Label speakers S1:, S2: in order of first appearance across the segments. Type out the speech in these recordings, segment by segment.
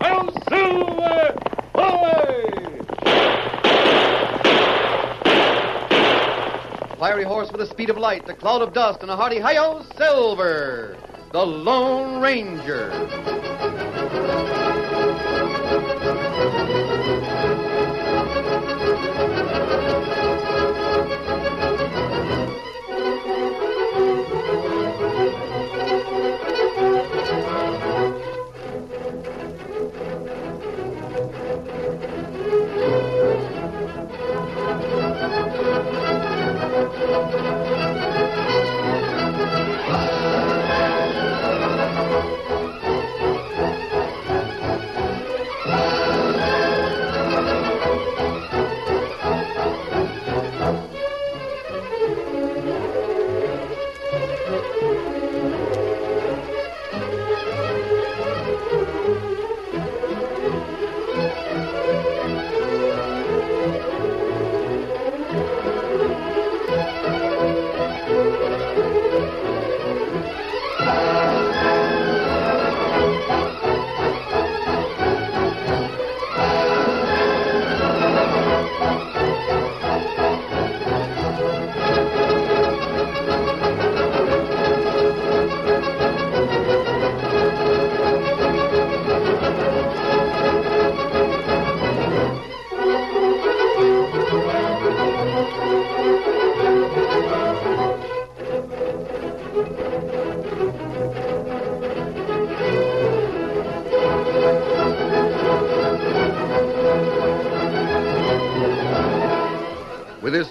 S1: El Silver Away!
S2: Fiery horse with the speed of light, a cloud of dust, and a hearty hi-yo, Silver, the Lone Ranger. With his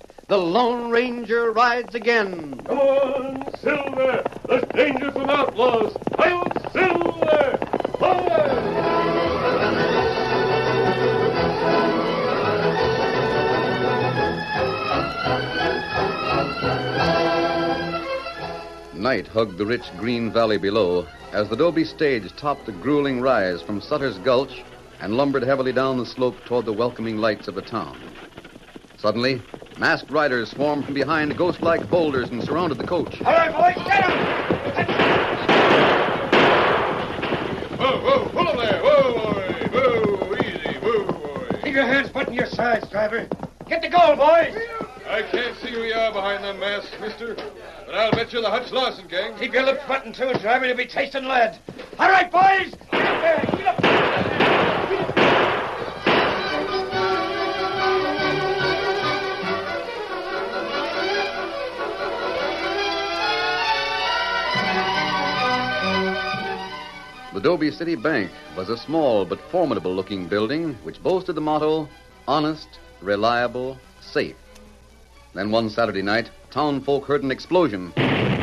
S2: The Lone Ranger rides again.
S1: Come on, Silver! There's danger from outlaws! El Silver Away!
S2: Night hugged the rich green valley below as the Dobie stage topped the grueling rise from Sutter's Gulch and lumbered heavily down the slope toward the welcoming lights of the town. Suddenly, masked riders swarmed from behind ghost like boulders and surrounded the coach.
S1: All right, boys, get him! Whoa, whoa, pull him there! Whoa, boy! Whoa, easy, whoa, boy!
S3: Keep your hands button your sides, driver. Get the goal, boys.
S1: I can't see who you are behind them masks, mister, but I'll bet you're the Hutch Lawson gang.
S3: Keep your lips button too, driver. You'll be tasting lead. All right, boys. Get up there. Get up.
S2: The Dobie City Bank was a small but formidable looking building which boasted the motto honest, reliable, safe. Then one Saturday night, town folk heard an explosion.
S3: Sounded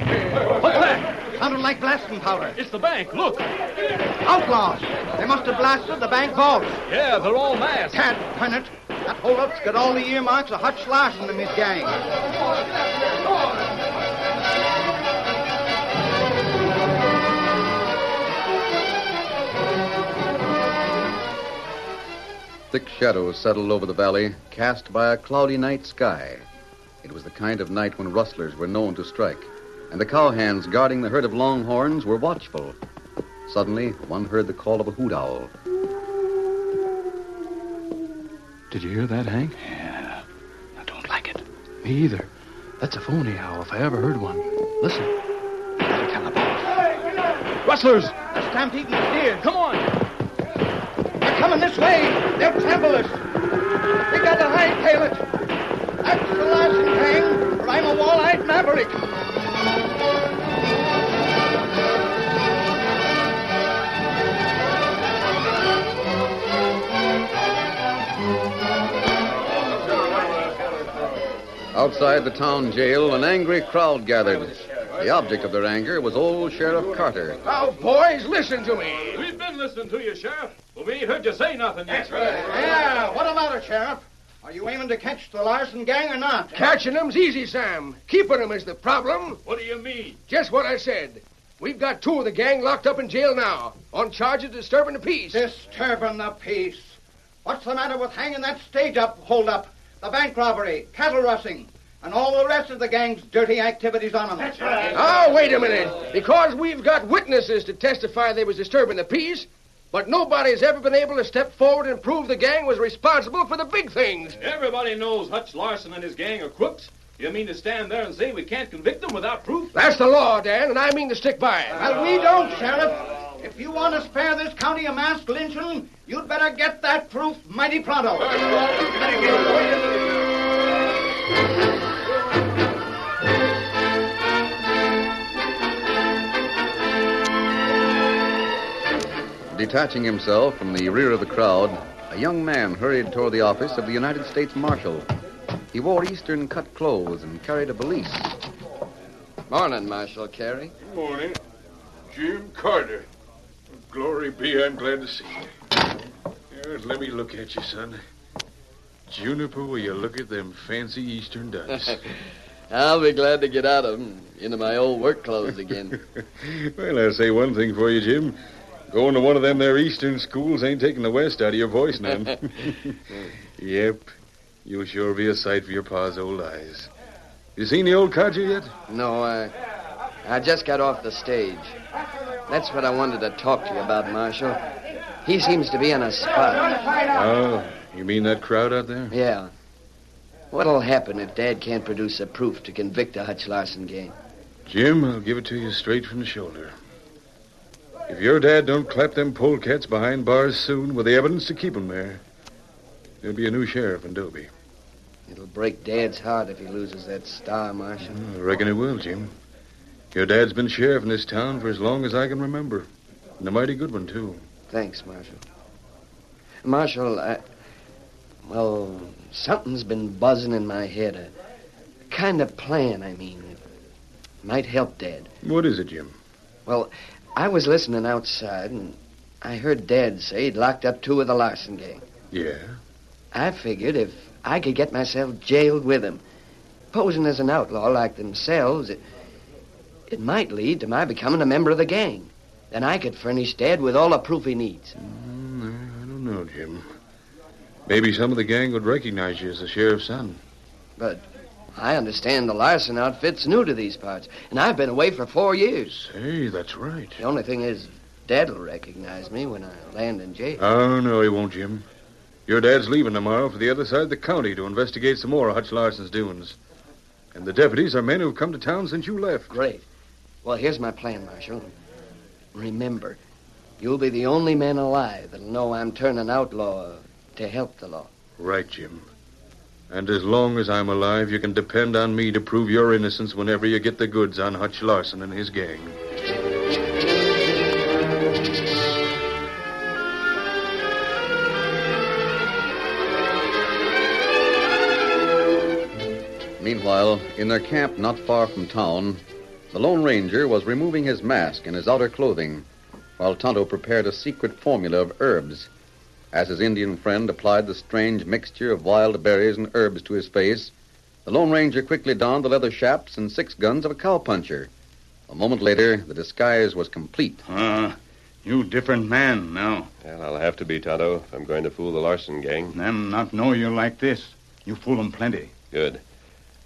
S3: like blasting powder.
S1: It's the bank, look!
S3: Outlaws. They must have blasted the bank vaults.
S1: Yeah, they're all masked.
S3: Tad, turn it. That holdup's got all the earmarks of Hutch Larson and his gang.
S2: Thick shadows settled over the valley, cast by a cloudy night sky. It was the kind of night when rustlers were known to strike, and the cowhands guarding the herd of longhorns were watchful. Suddenly, one heard the call of a hoot owl.
S4: Did you hear that, Hank? Yeah. I don't like it. Me either. That's a phony owl if I ever heard one. Listen. That kind of owl. Rustlers!
S3: The stampeding steer. Come on. They're coming this way. They'll trample us. We got to hightail it. That's the Larson gang, or I'm a wall-eyed maverick.
S2: Outside the town jail, an angry crowd gathered. The object of their anger was old Sheriff Carter.
S5: Now, boys, listen to me.
S6: We've been listening to you, Sheriff, but we ain't heard you say nothing yet.
S5: Yeah, what about it, Sheriff? Are you aiming to catch the Larson gang or not? Catching them's easy, Sam. Keeping them is the problem.
S6: What do you mean?
S5: Just what I said. We've got two of the gang locked up in jail now on charge of disturbing the peace. Disturbing the peace? What's the matter with hanging that stage up, hold up, the bank robbery, cattle rushing, and all the rest of the gang's dirty activities on them? That's right.
S7: Oh, wait a minute. Because we've got witnesses to testify they was disturbing the peace, but nobody's ever been able to step forward and prove the gang was responsible for the big things.
S6: Everybody knows Hutch Larson and his gang are crooks. You mean to stand there and say we can't convict them without proof?
S7: That's the law, Dan, and I mean to stick by it.
S5: Well, we don't, Sheriff. If you want to spare this county a mass lynching, you'd better get that proof mighty pronto.
S2: Detaching himself from the rear of the crowd, a young man hurried toward the office of the United States Marshal. He wore Eastern cut clothes and carried a valise. Morning, Marshal Carey.
S1: Good morning. Jim Carter. Glory be, I'm glad to see you. Here, let me look at you, son. Juniper, will you look at them fancy Eastern ducks?
S8: I'll be glad to get out of 'em, into my old work clothes again.
S1: well, I'll say one thing for you, Jim. Going to one of them there Eastern schools ain't taking the West out of your voice none. yep. You'll sure be a sight for your pa's old eyes. You seen the old codger yet?
S8: no, I, I just got off the stage. That's what I wanted to talk to you about, Marshal. He seems to be in a spot.
S1: Oh, you mean that crowd out there?
S8: Yeah. What'll happen if Dad can't produce a proof to convict the Hutch Larson gang?
S1: Jim, I'll give it to you straight from the shoulder. If your dad don't clap them polecats behind bars soon with the evidence to keep 'em there, there'll be a new sheriff in Dobie.
S8: It'll break Dad's heart if he loses that star, Marshal.
S1: I reckon it will, Jim. Your dad's been sheriff in this town for as long as I can remember. And a mighty good one, too.
S8: Thanks, Marshal. Marshal, I. Well, something's been buzzing in my head. A kind of plan, I mean. It might help Dad.
S1: What is it, Jim?
S8: I was listening outside, and I heard Dad say he'd locked up two of the Larson gang.
S1: Yeah.
S8: I figured if I could get myself jailed with them, posing as an outlaw like themselves, it, it might lead to my becoming a member of the gang. Then I could furnish Dad with all the proof he needs.
S1: Mm, I I don't know, Jim. Maybe some of the gang would recognize you as the sheriff's son.
S8: I understand the Larson outfit's new to these parts, and I've been away for four years.
S1: Say, that's right.
S8: The only thing is, Dad'll recognize me when I land in jail.
S1: Oh, no, he won't, Jim. Your dad's leaving tomorrow for the other side of the county to investigate some more of Hutch Larson's doings. And the deputies are men who've come to town since you left.
S8: Great. Well, here's my plan, Marshal. Remember, you'll be the only man alive that'll know I'm turning outlaw to help the law.
S1: Right, Jim. And as long as I'm alive, you can depend on me to prove your innocence whenever you get the goods on Hutch Larson and his gang.
S2: Meanwhile, in their camp not far from town, the Lone Ranger was removing his mask and his outer clothing, while Tonto prepared a secret formula of herbs. As his Indian friend applied the strange mixture of wild berries and herbs to his face, the Lone Ranger quickly donned the leather chaps and six guns of a cowpuncher. A moment later, the disguise was complete.
S9: Uh, you different man now.
S10: Well, I'll have to be, Tonto, if I'm going to fool the Larson gang.
S9: Them not know you like this. You fool 'em plenty.
S10: Good.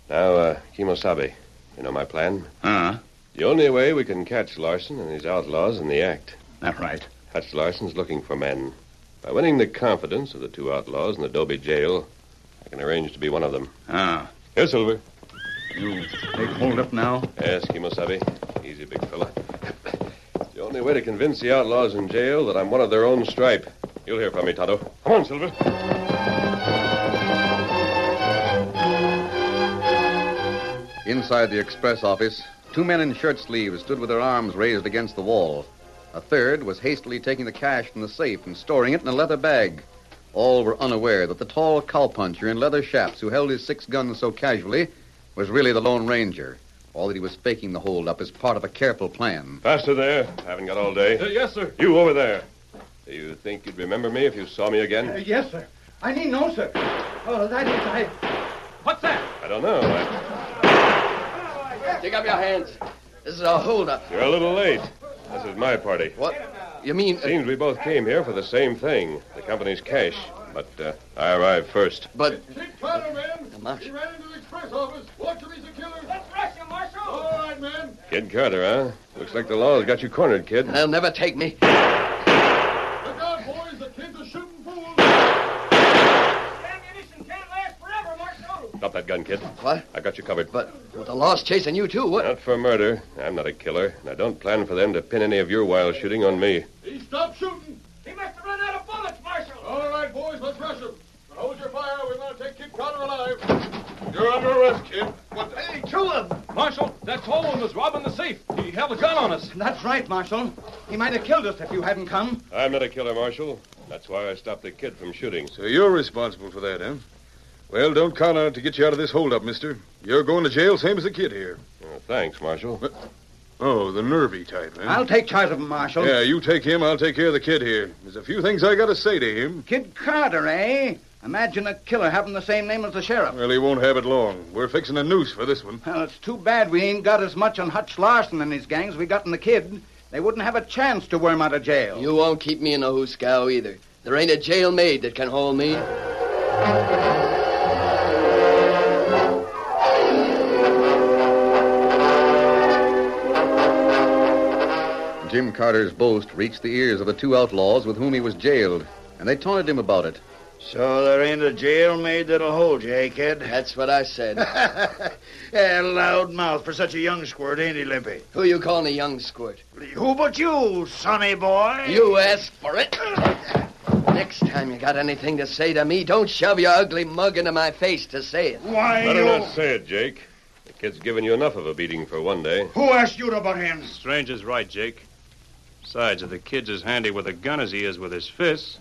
S10: Now, uh, Kimosabe, you know my plan?
S9: Huh?
S10: The only way we can catch Larson and his outlaws in the act.
S9: That right.
S10: Hutch Larson's looking for men. By winning the confidence of the two outlaws in the Dobie jail, I can arrange to be one of them.
S9: Ah,
S10: Here, Silver.
S9: you take hold up now.
S10: Yes, Kimosabe. Easy, big fella. It's the only way to convince the outlaws in jail that I'm one of their own stripe. You'll hear from me, Tonto. Come on, Silver.
S2: Inside the express office, two men in shirt sleeves stood with their arms raised against the wall. A third was hastily taking the cash from the safe and storing it in a leather bag. All were unaware that the tall cowpuncher in leather chaps who held his six guns so casually was really the Lone Ranger, or that he was faking the holdup as part of a careful plan.
S10: Faster there. Haven't got all day.
S2: Uh,
S10: yes, sir. You over there. Do you think you'd remember me if you saw me again?
S11: Uh, yes, sir. I need no, sir. Oh, that is, I. What's that?
S10: I don't know. I-
S8: Take up your hands. This is a holdup.
S10: You're a little late. This is my party. What?
S8: You mean? uh,
S10: Seems we both came here for the same thing the company's cash. But uh, I arrived first.
S8: But
S10: Marshal.
S12: He ran into the express office. What to he's a killer. Let's rush him, Marshal. All right, man.
S10: Kid Carter, huh? Looks like the law's got you cornered, kid.
S8: They'll never take me.
S12: Look out, boys. The kid's a shooting fool.
S10: Drop that gun, kid.
S8: What?
S10: I got you covered.
S8: But with the law's chasing you too, what?
S10: Not for murder. I'm not a killer, and I don't plan for them to pin any of your wild shooting on me.
S12: He stopped shooting. He must have run out of bullets, Marshal. All right, boys. Let's rush him. But hold your fire. We're going to take Kid Connor alive. You're under arrest, kid. What? Hey, kill him.
S13: Marshal, that tall one was robbing the safe. He held a gun on us.
S11: That's right, Marshal. He might have killed us if you hadn't come.
S10: I'm not a killer, Marshal. That's why I stopped the kid from shooting.
S14: So you're responsible for that, huh? Well, don't count on it to get you out of this holdup, mister. You're going to jail, same as the kid here.
S10: thanks, Marshal.
S14: Oh, the nervy type, huh?
S11: I'll take charge of him, Marshal.
S14: Yeah, you take him. I'll take care of the kid here. There's a few things I got to say to him.
S11: Kid Carter, eh? Imagine a killer having the same name as the sheriff.
S14: Well, he won't have it long. We're fixing a noose for this one.
S11: Well, it's too bad we ain't got as much on Hutch Larson and his gang as we got on the kid. They wouldn't have a chance to worm out of jail.
S8: You won't keep me in a hooscow either. There ain't a jailmaid that can hold me.
S2: Jim Carter's boast reached the ears of the two outlaws with whom he was jailed, and they taunted him about it.
S5: So there ain't a jailmaid that'll hold you, eh, kid?
S8: That's what I said.
S5: yeah, Eh, loud mouth for such a young squirt, ain't he, Limpy?
S8: Who you calling a young squirt?
S5: Who but you, sonny boy?
S8: You asked for it. Next time you got anything to say to me, don't shove your ugly mug into my face to say it.
S5: Why,
S10: Better not say it, Jake. The kid's given you enough of a beating for one day.
S5: Who asked you about him?
S1: Stranger's right, Jake. Besides, if the kid's as handy with a gun as he is with his fists,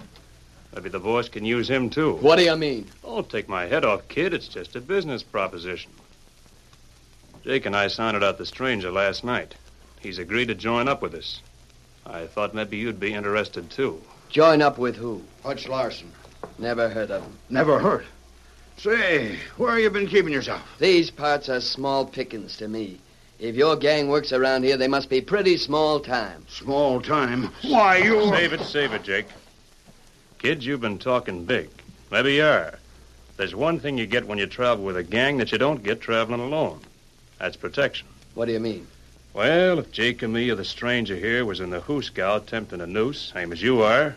S1: maybe the boss can use him, too.
S8: What do you mean?
S1: Oh, take my head off, kid. It's just a business proposition. Jake and I sounded out the stranger last night. He's agreed to join up with us. I thought maybe you'd be interested, too.
S8: Join up with who?
S5: Hutch Larson.
S8: Never heard of him.
S5: Never heard. Say, where you been keeping yourself?
S8: These parts are small pickings to me. If your gang works around here, they must be pretty small time.
S5: Small time? Why, you.
S1: Save it, save it, Jake. Kid, you've been talking big. Maybe you are. There's one thing you get when you travel with a gang that you don't get traveling alone. That's protection.
S8: What do you mean?
S1: Well, if Jake and me or the stranger here was in the hoosgow tempting a noose, same as you are,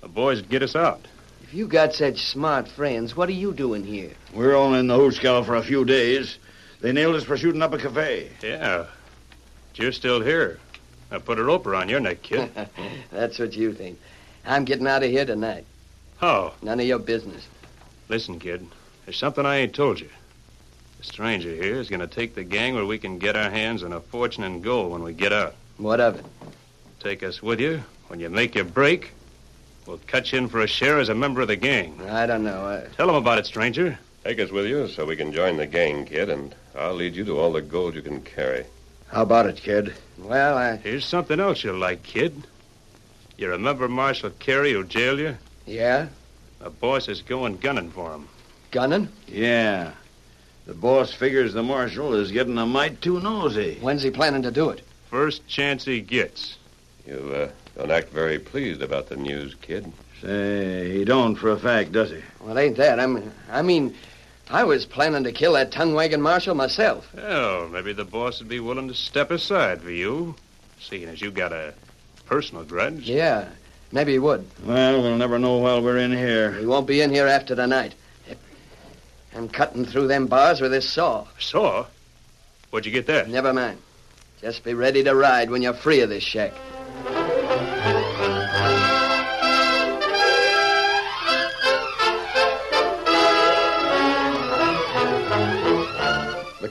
S1: the boys'd get us out.
S8: If you got such smart friends, what are you doing here?
S5: We're only in the hooscow for a few days. They nailed us for shooting up a cafe.
S1: Yeah. But you're still here. I put a rope around your neck, kid.
S8: That's what you think. I'm getting out of here tonight.
S1: How?
S8: None of your business.
S1: Listen, kid, there's something I ain't told you. The stranger here is going to take the gang where we can get our hands on a fortune in gold when we get out.
S8: What of it?
S1: Take us with you. When you make your break, we'll cut you in for a share as a member of the gang.
S8: I don't know. I...
S1: Tell them about it, stranger.
S10: Take us with you so we can join the gang, kid, and I'll lead you to all the gold you can carry.
S5: How about it, kid?
S8: Well, I.
S1: Here's something else you'll like, kid. You remember Marshal Carey who jailed you?
S8: Yeah?
S1: The boss is going gunning for him.
S8: Gunning?
S5: Yeah. The boss figures the marshal is getting a mite too nosy.
S8: When's he planning to do it?
S1: First chance he gets.
S10: You uh, don't act very pleased about the news, kid.
S5: Say, he don't for a fact, does he?
S8: Well, ain't that. I mean, I mean, I was planning to kill that tongue wagging marshal myself.
S1: Well, maybe the boss would be willing to step aside for you, seeing as you got a personal grudge.
S8: Yeah, maybe he would.
S5: Well, we'll never know while we're in here.
S8: He won't be in here after tonight. I'm cutting through them bars with this saw.
S1: Saw? Where'd you get that?
S8: Never mind. Just be ready to ride when you're free of this shack.
S2: The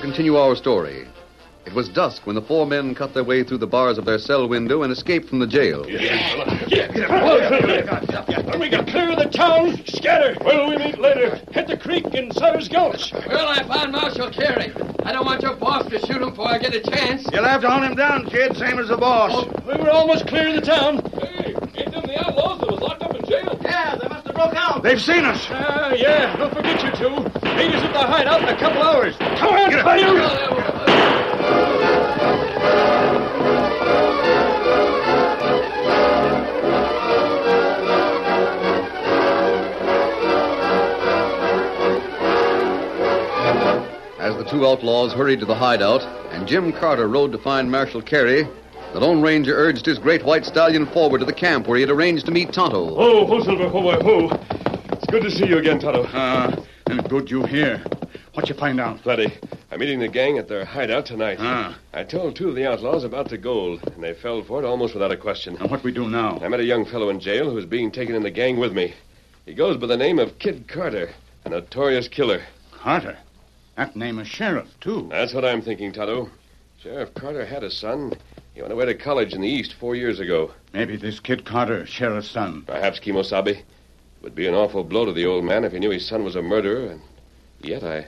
S2: continue our story. It was dusk when the four men cut their way through the bars of their cell window and escaped from the jail.
S15: When we got clear of the town, scatter. Well, we meet later. Hit the creek in Sutter's Gulch.
S16: Well, I found Marshal Carey. I don't want your boss to shoot him before I get a chance.
S15: You'll have to hunt him down, kid, same as the boss. we were almost clear of the town. Oh. Hey, ain't them the outlaws that was locked up in jail? Yeah, they must have broke out. They've seen us. Ah, yeah, don't forget you two. Meet us at the hideout in a couple hours. Come on, get
S2: As the two outlaws hurried to the hideout and Jim Carter rode to find Marshal Carey, the Lone Ranger urged his great white stallion forward to the camp where he had arranged to meet Tonto.
S5: Oh, ho, Silver, ho, boy, ho. It's good to see you again, Toto. Ah, and good you here. What you find out?
S10: Plenty. I'm meeting the gang at their hideout tonight.
S5: Ah.
S10: I told two of the outlaws about the gold, and they fell for it almost without a question.
S5: And what we do now?
S10: I met a young fellow in jail who's being taken in the gang with me. He goes by the name of Kid Carter, a notorious killer.
S5: Carter? That name is Sheriff, too.
S10: That's what I'm thinking, Toto. Sheriff Carter had a son. He went away to college in the East four years ago.
S5: Maybe this Kid Carter, sheriff's son.
S10: Perhaps Kimosabe. Would be an awful blow to the old man if he knew his son was a murderer, and yet I.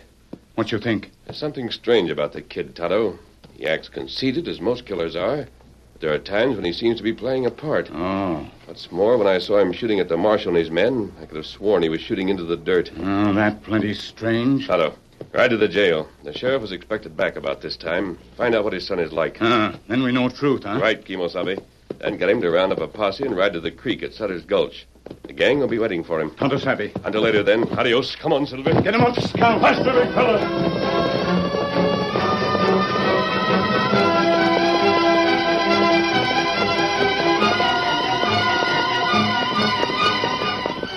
S5: What you think?
S10: There's something strange about the kid, Toto. He acts conceited, as most killers are. But there are times when he seems to be playing a part.
S5: Oh.
S10: What's more, when I saw him shooting at the marshal and his men, I could have sworn he was shooting into the dirt.
S5: Oh, that plenty strange.
S10: Toto, ride to the jail. The sheriff is expected back about this time. Find out what his son is like.
S5: Ah, then we know truth, huh?
S10: Right, Kimosabe. Then get him to round up a posse and ride to the creek at Sutter's Gulch. The gang will be waiting for him.
S5: Tonto Sabe.
S10: Until later, then. Adios. Come on, Silver.
S15: Get him up, scout. Faster, big fella.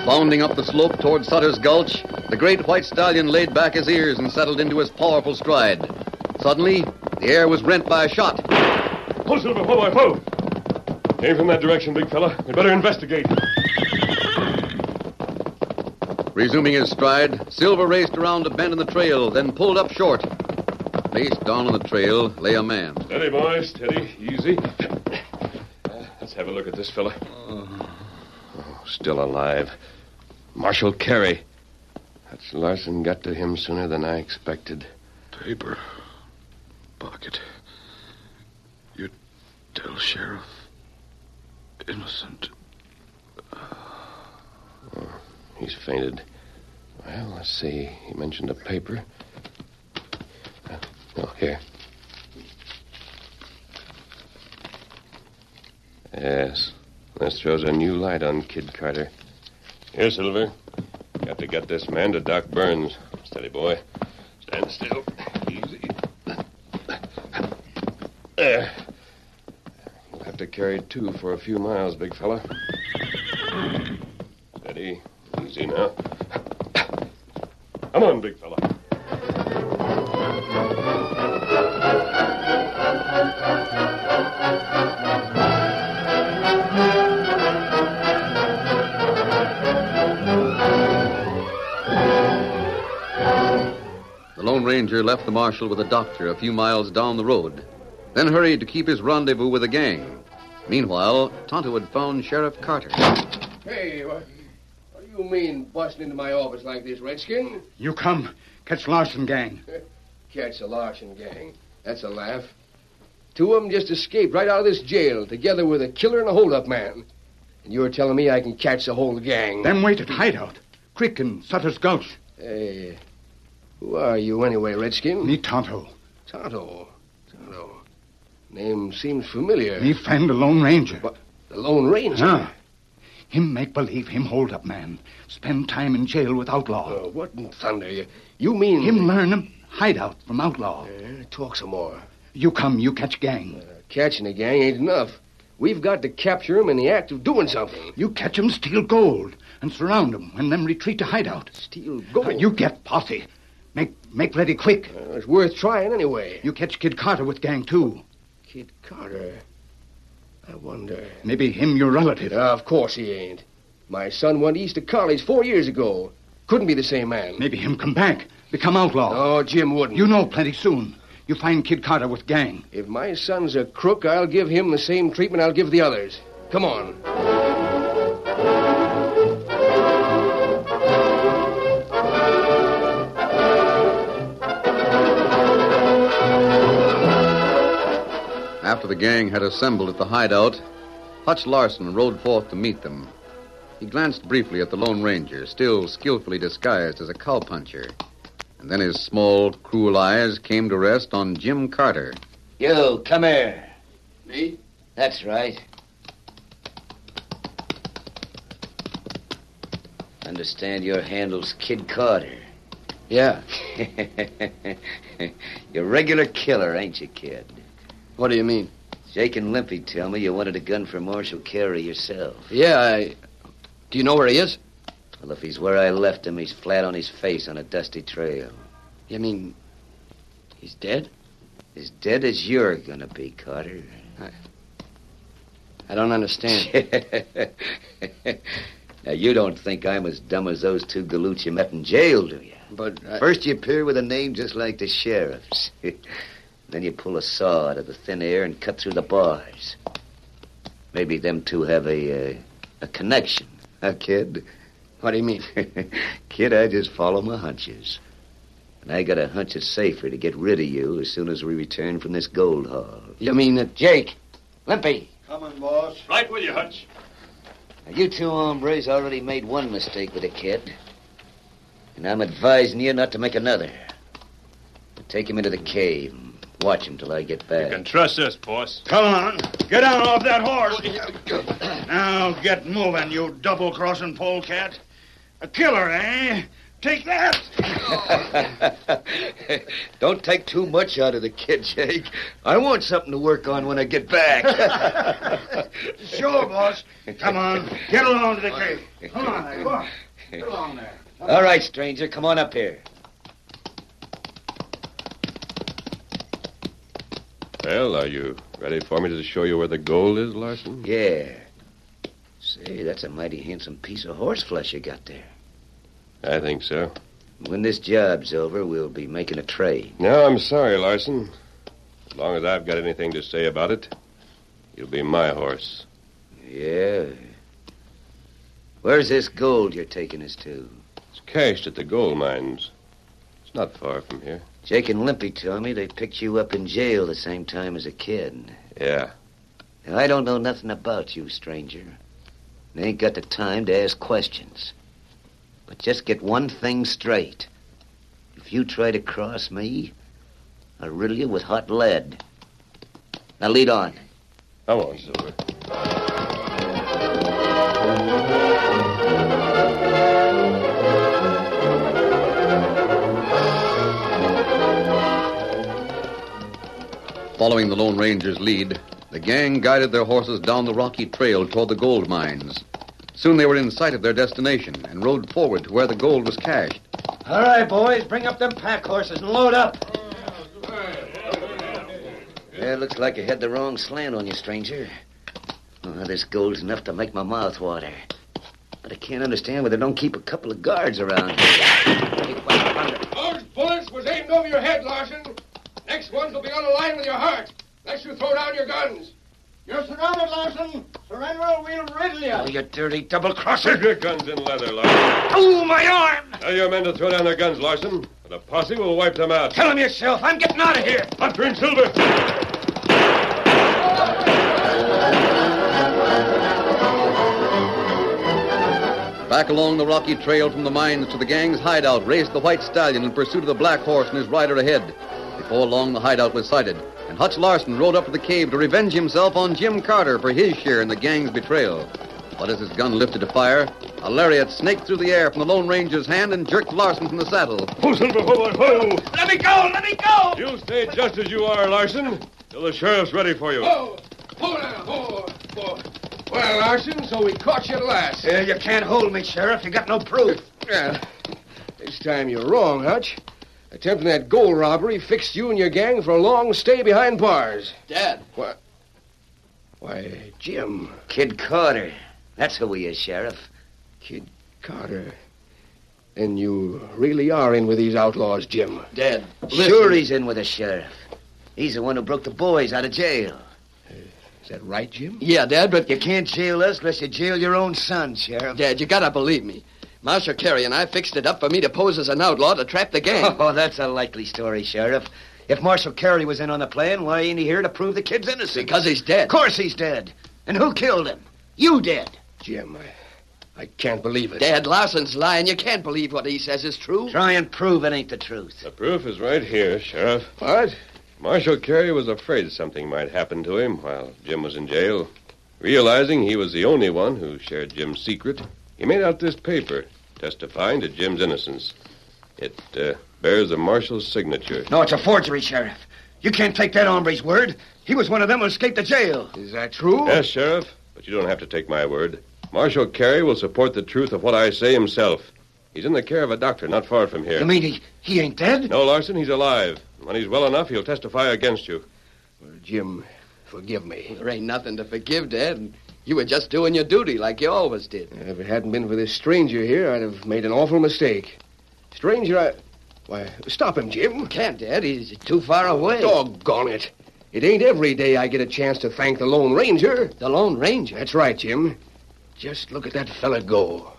S2: Bounding up the slope toward Sutter's Gulch, the great white stallion laid back his ears and settled into his powerful stride. Suddenly, the air was rent by a shot.
S10: Ho, Silver, ho, boy, ho! Came from that direction, big fella. We'd better investigate.
S2: Resuming his stride, Silver raced around a bend in the trail, then pulled up short. Face down on the trail lay a man.
S10: Steady, boy, steady, easy. Uh, let's have a look at this fella. Oh, still alive. Marshal Carey. That's Larson got to him sooner than I expected.
S17: Paper. Pocket. You tell Sheriff. Innocent.
S10: He's fainted. Well, let's see. He mentioned a paper. Uh, oh, here. Yes. This throws a new light on Kid Carter. Here, Silver. Got to get this man to Doc Burns. Steady, boy. Stand still. Easy. There. You'll have to carry two for a few miles, big fella. Steady. Easy now. Come on, big fella.
S2: The Lone Ranger left the marshal with a doctor a few miles down the road, then hurried to keep his rendezvous with the gang. Meanwhile, Tonto had found Sheriff Carter.
S18: Hey, what, what do you mean busting into my office like this, Redskin?
S5: You come. Catch Larson gang.
S18: Catch the Larson gang. That's a laugh. Two of 'em just escaped right out of this jail, together with a killer and a holdup man. And you're telling me I can catch the whole gang?
S5: Them wait at hideout. Creek in Sutter's Gulch.
S18: Hey, who are you anyway, Redskin?
S5: Me Tonto.
S18: Tonto. Tonto. Name seems familiar.
S5: Me friend the Lone Ranger.
S18: The Lone Ranger.
S5: Ah. Him make believe him hold up man. Spend time in jail with outlaw.
S18: what in thunder? You, you mean...
S5: Him learn him hideout from outlaw.
S18: Eh, talk some more.
S5: You come, you catch gang.
S18: Catching a gang ain't enough. We've got to capture 'em in the act of doing something.
S5: You catch 'em, steal gold, and surround 'em when them retreat to hideout.
S18: Steal gold? Uh,
S5: you get posse. Make make ready quick.
S18: it's worth trying anyway.
S5: You catch Kid Carter with gang, too.
S18: Kid Carter. I wonder.
S5: Maybe him your relative.
S18: Ah, of course he ain't. My son went east to college four years ago. Couldn't be the same man.
S5: Maybe him come back. Become outlaw.
S18: Oh, Jim wouldn't.
S5: You know plenty soon. You find Kid Carter with gang.
S18: If my son's a crook, I'll give him the same treatment I'll give the others. Come on.
S2: After the gang had assembled at the hideout, Hutch Larson rode forth to meet them. He glanced briefly at the Lone Ranger, still skillfully disguised as a cowpuncher, and then his small, cruel eyes came to rest on Jim Carter.
S8: You, come here. Me? That's right. Understand your handle's Kid Carter.
S19: Yeah.
S8: You're a regular killer, ain't you, kid? What do you mean? Jake and Limpy tell me you wanted a gun for Marshal Carey yourself.
S19: Yeah, I. Do you know where he is?
S8: Well, if he's where I left him, he's flat on his face on a dusty trail.
S19: You mean. He's dead?
S8: As dead as you're gonna be, Carter.
S19: I don't understand.
S8: now, you don't think I'm as dumb as those two galoots you met in jail, do you?
S19: But. I...
S8: First, you appear with a name just like the sheriff's. then you pull a saw out of the thin air and cut through the bars. Maybe them two have a, uh, a connection, huh, kid? What do you mean? kid, I just follow my hunches. And I got a hunch it's safer to get rid of you as soon as we return from this gold haul.
S19: You mean that Jake? Limpy.
S8: Coming, boss. Right with you, Hutch. Now, you two hombres already made one mistake with the kid. And I'm advising you not to make another. Take him into the cave. and Watch him till I get back.
S20: You can trust us, boss.
S4: Come on. Get down off that horse.
S5: Oh,
S4: Now get moving, you double crossing polecat. A killer, eh? Take that.
S8: Don't take too much out of the kid, Jake. I want something to work on when I get back.
S4: Sure, boss. Come on. Get along to the cave. Come on, there, boss. Get along there.
S8: All right, stranger, come on up here.
S10: Well, are you ready for me to show you where the gold is, Larson?
S8: Yeah. Say, that's a mighty handsome piece of horseflesh you got there.
S10: I think so.
S8: When this job's over, we'll be making a trade.
S10: No, I'm sorry, Larson. As long as I've got anything to say about it, you'll be my horse.
S8: Yeah. Where's this gold you're taking us to?
S10: It's cached at the gold mines. It's not far from here.
S8: Jake and Limpy tell me they picked you up in jail the same time as a kid.
S10: Yeah.
S8: Now, I don't know nothing about you, stranger. And I ain't got the time to ask questions. But just get one thing straight. If you try to cross me, I'll riddle you with hot lead. Now lead on.
S10: Come on, Silver.
S2: Following the Lone Ranger's lead, the gang guided their horses down the rocky trail toward the gold mines. Soon they were in sight of their destination and rode forward to where the gold was cached.
S3: All right, boys, bring up them pack horses and load up.
S8: Yeah, looks like you had the wrong slant on you, stranger. Oh, this gold's enough to make my mouth water. But I can't understand why they don't keep a couple of guards around
S1: Those bullets was aimed over your head, Larson. Next ones will be on a line with your heart, unless you throw down your guns. You're surrounded, Larson. Surrender or we'll riddle you.
S8: Oh, you dirty double crosser.
S10: Put your guns in leather, Larson.
S3: Oh, my arm!
S10: Tell your men to throw down their guns, Larson, and a posse will wipe them out.
S3: Tell him yourself. I'm getting out of here.
S10: Hunter and Silver.
S2: Back along the rocky trail from the mines to the gang's hideout raced the white stallion in pursuit of the black horse and his rider ahead. Before long, the hideout was sighted, and Hutch Larson rode up to the cave to revenge himself on Jim Carter for his share in the gang's betrayal. But as his gun lifted to fire, a lariat snaked through the air from the Lone Ranger's hand and jerked Larson from the saddle.
S10: Ho, Silver, ho, boy, ho!
S3: Let me go! Let me go!
S10: You stay just as you are, Larson, till the sheriff's ready for you.
S1: Oh, hold on, hold on. Well, Larson, so we caught you at last.
S3: Yeah, you can't hold me, Sheriff. You got no proof.
S18: Yeah. This time you're wrong, Hutch. Attempting that gold robbery fixed you and your gang for a long stay behind bars.
S8: Dad.
S18: What? Why, Jim.
S8: Kid Carter. That's who he is, Sheriff.
S18: Kid Carter. Then you really are in with these outlaws, Jim.
S8: Dead.
S18: Listen.
S8: Sure, he's in with the sheriff. He's the one who broke the boys out of jail.
S18: Is that right, Jim?
S8: Yeah, Dad, but you can't jail us unless you jail your own son, Sheriff.
S16: Dad, you gotta believe me. Marshal Carey and I fixed it up for me to pose as an outlaw to trap the gang.
S8: Oh, that's a likely story, Sheriff. If Marshal Carey was in on the plan, why ain't he here to prove the kid's innocent?
S16: Because he's dead.
S8: Of course he's dead. And who killed him? You did.
S18: Jim, I, I can't believe it.
S16: Dad, Larson's lying. You can't believe what he says is true.
S8: Try and prove it ain't the truth.
S10: The proof is right here, Sheriff. What? Marshal Carey was afraid something might happen to him while Jim was in jail. Realizing he was the only one who shared Jim's secret, he made out this paper testifying to Jim's innocence. It uh, bears the marshal's signature.
S8: No, it's a forgery, Sheriff. You can't take that hombre's word. He was one of them who escaped the jail.
S18: Is that true?
S10: Yes, Sheriff, but you don't have to take my word. Marshal Carey will support the truth of what I say himself. He's in the care of a doctor not far from here.
S8: You mean he, he ain't dead?
S10: No, Larson, he's alive. When he's well enough, he'll testify against you.
S18: Jim, forgive me.
S16: There ain't nothing to forgive, Dad. You were just doing your duty like you always did.
S18: If it hadn't been for this stranger here, I'd have made an awful mistake. Stranger, I. Why, stop him, Jim.
S16: Can't, Dad. He's too far away.
S18: Doggone it. It ain't every day I get a chance to thank the Lone Ranger.
S16: The Lone Ranger?
S18: That's right, Jim. Just look at that fella go.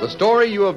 S2: The story you have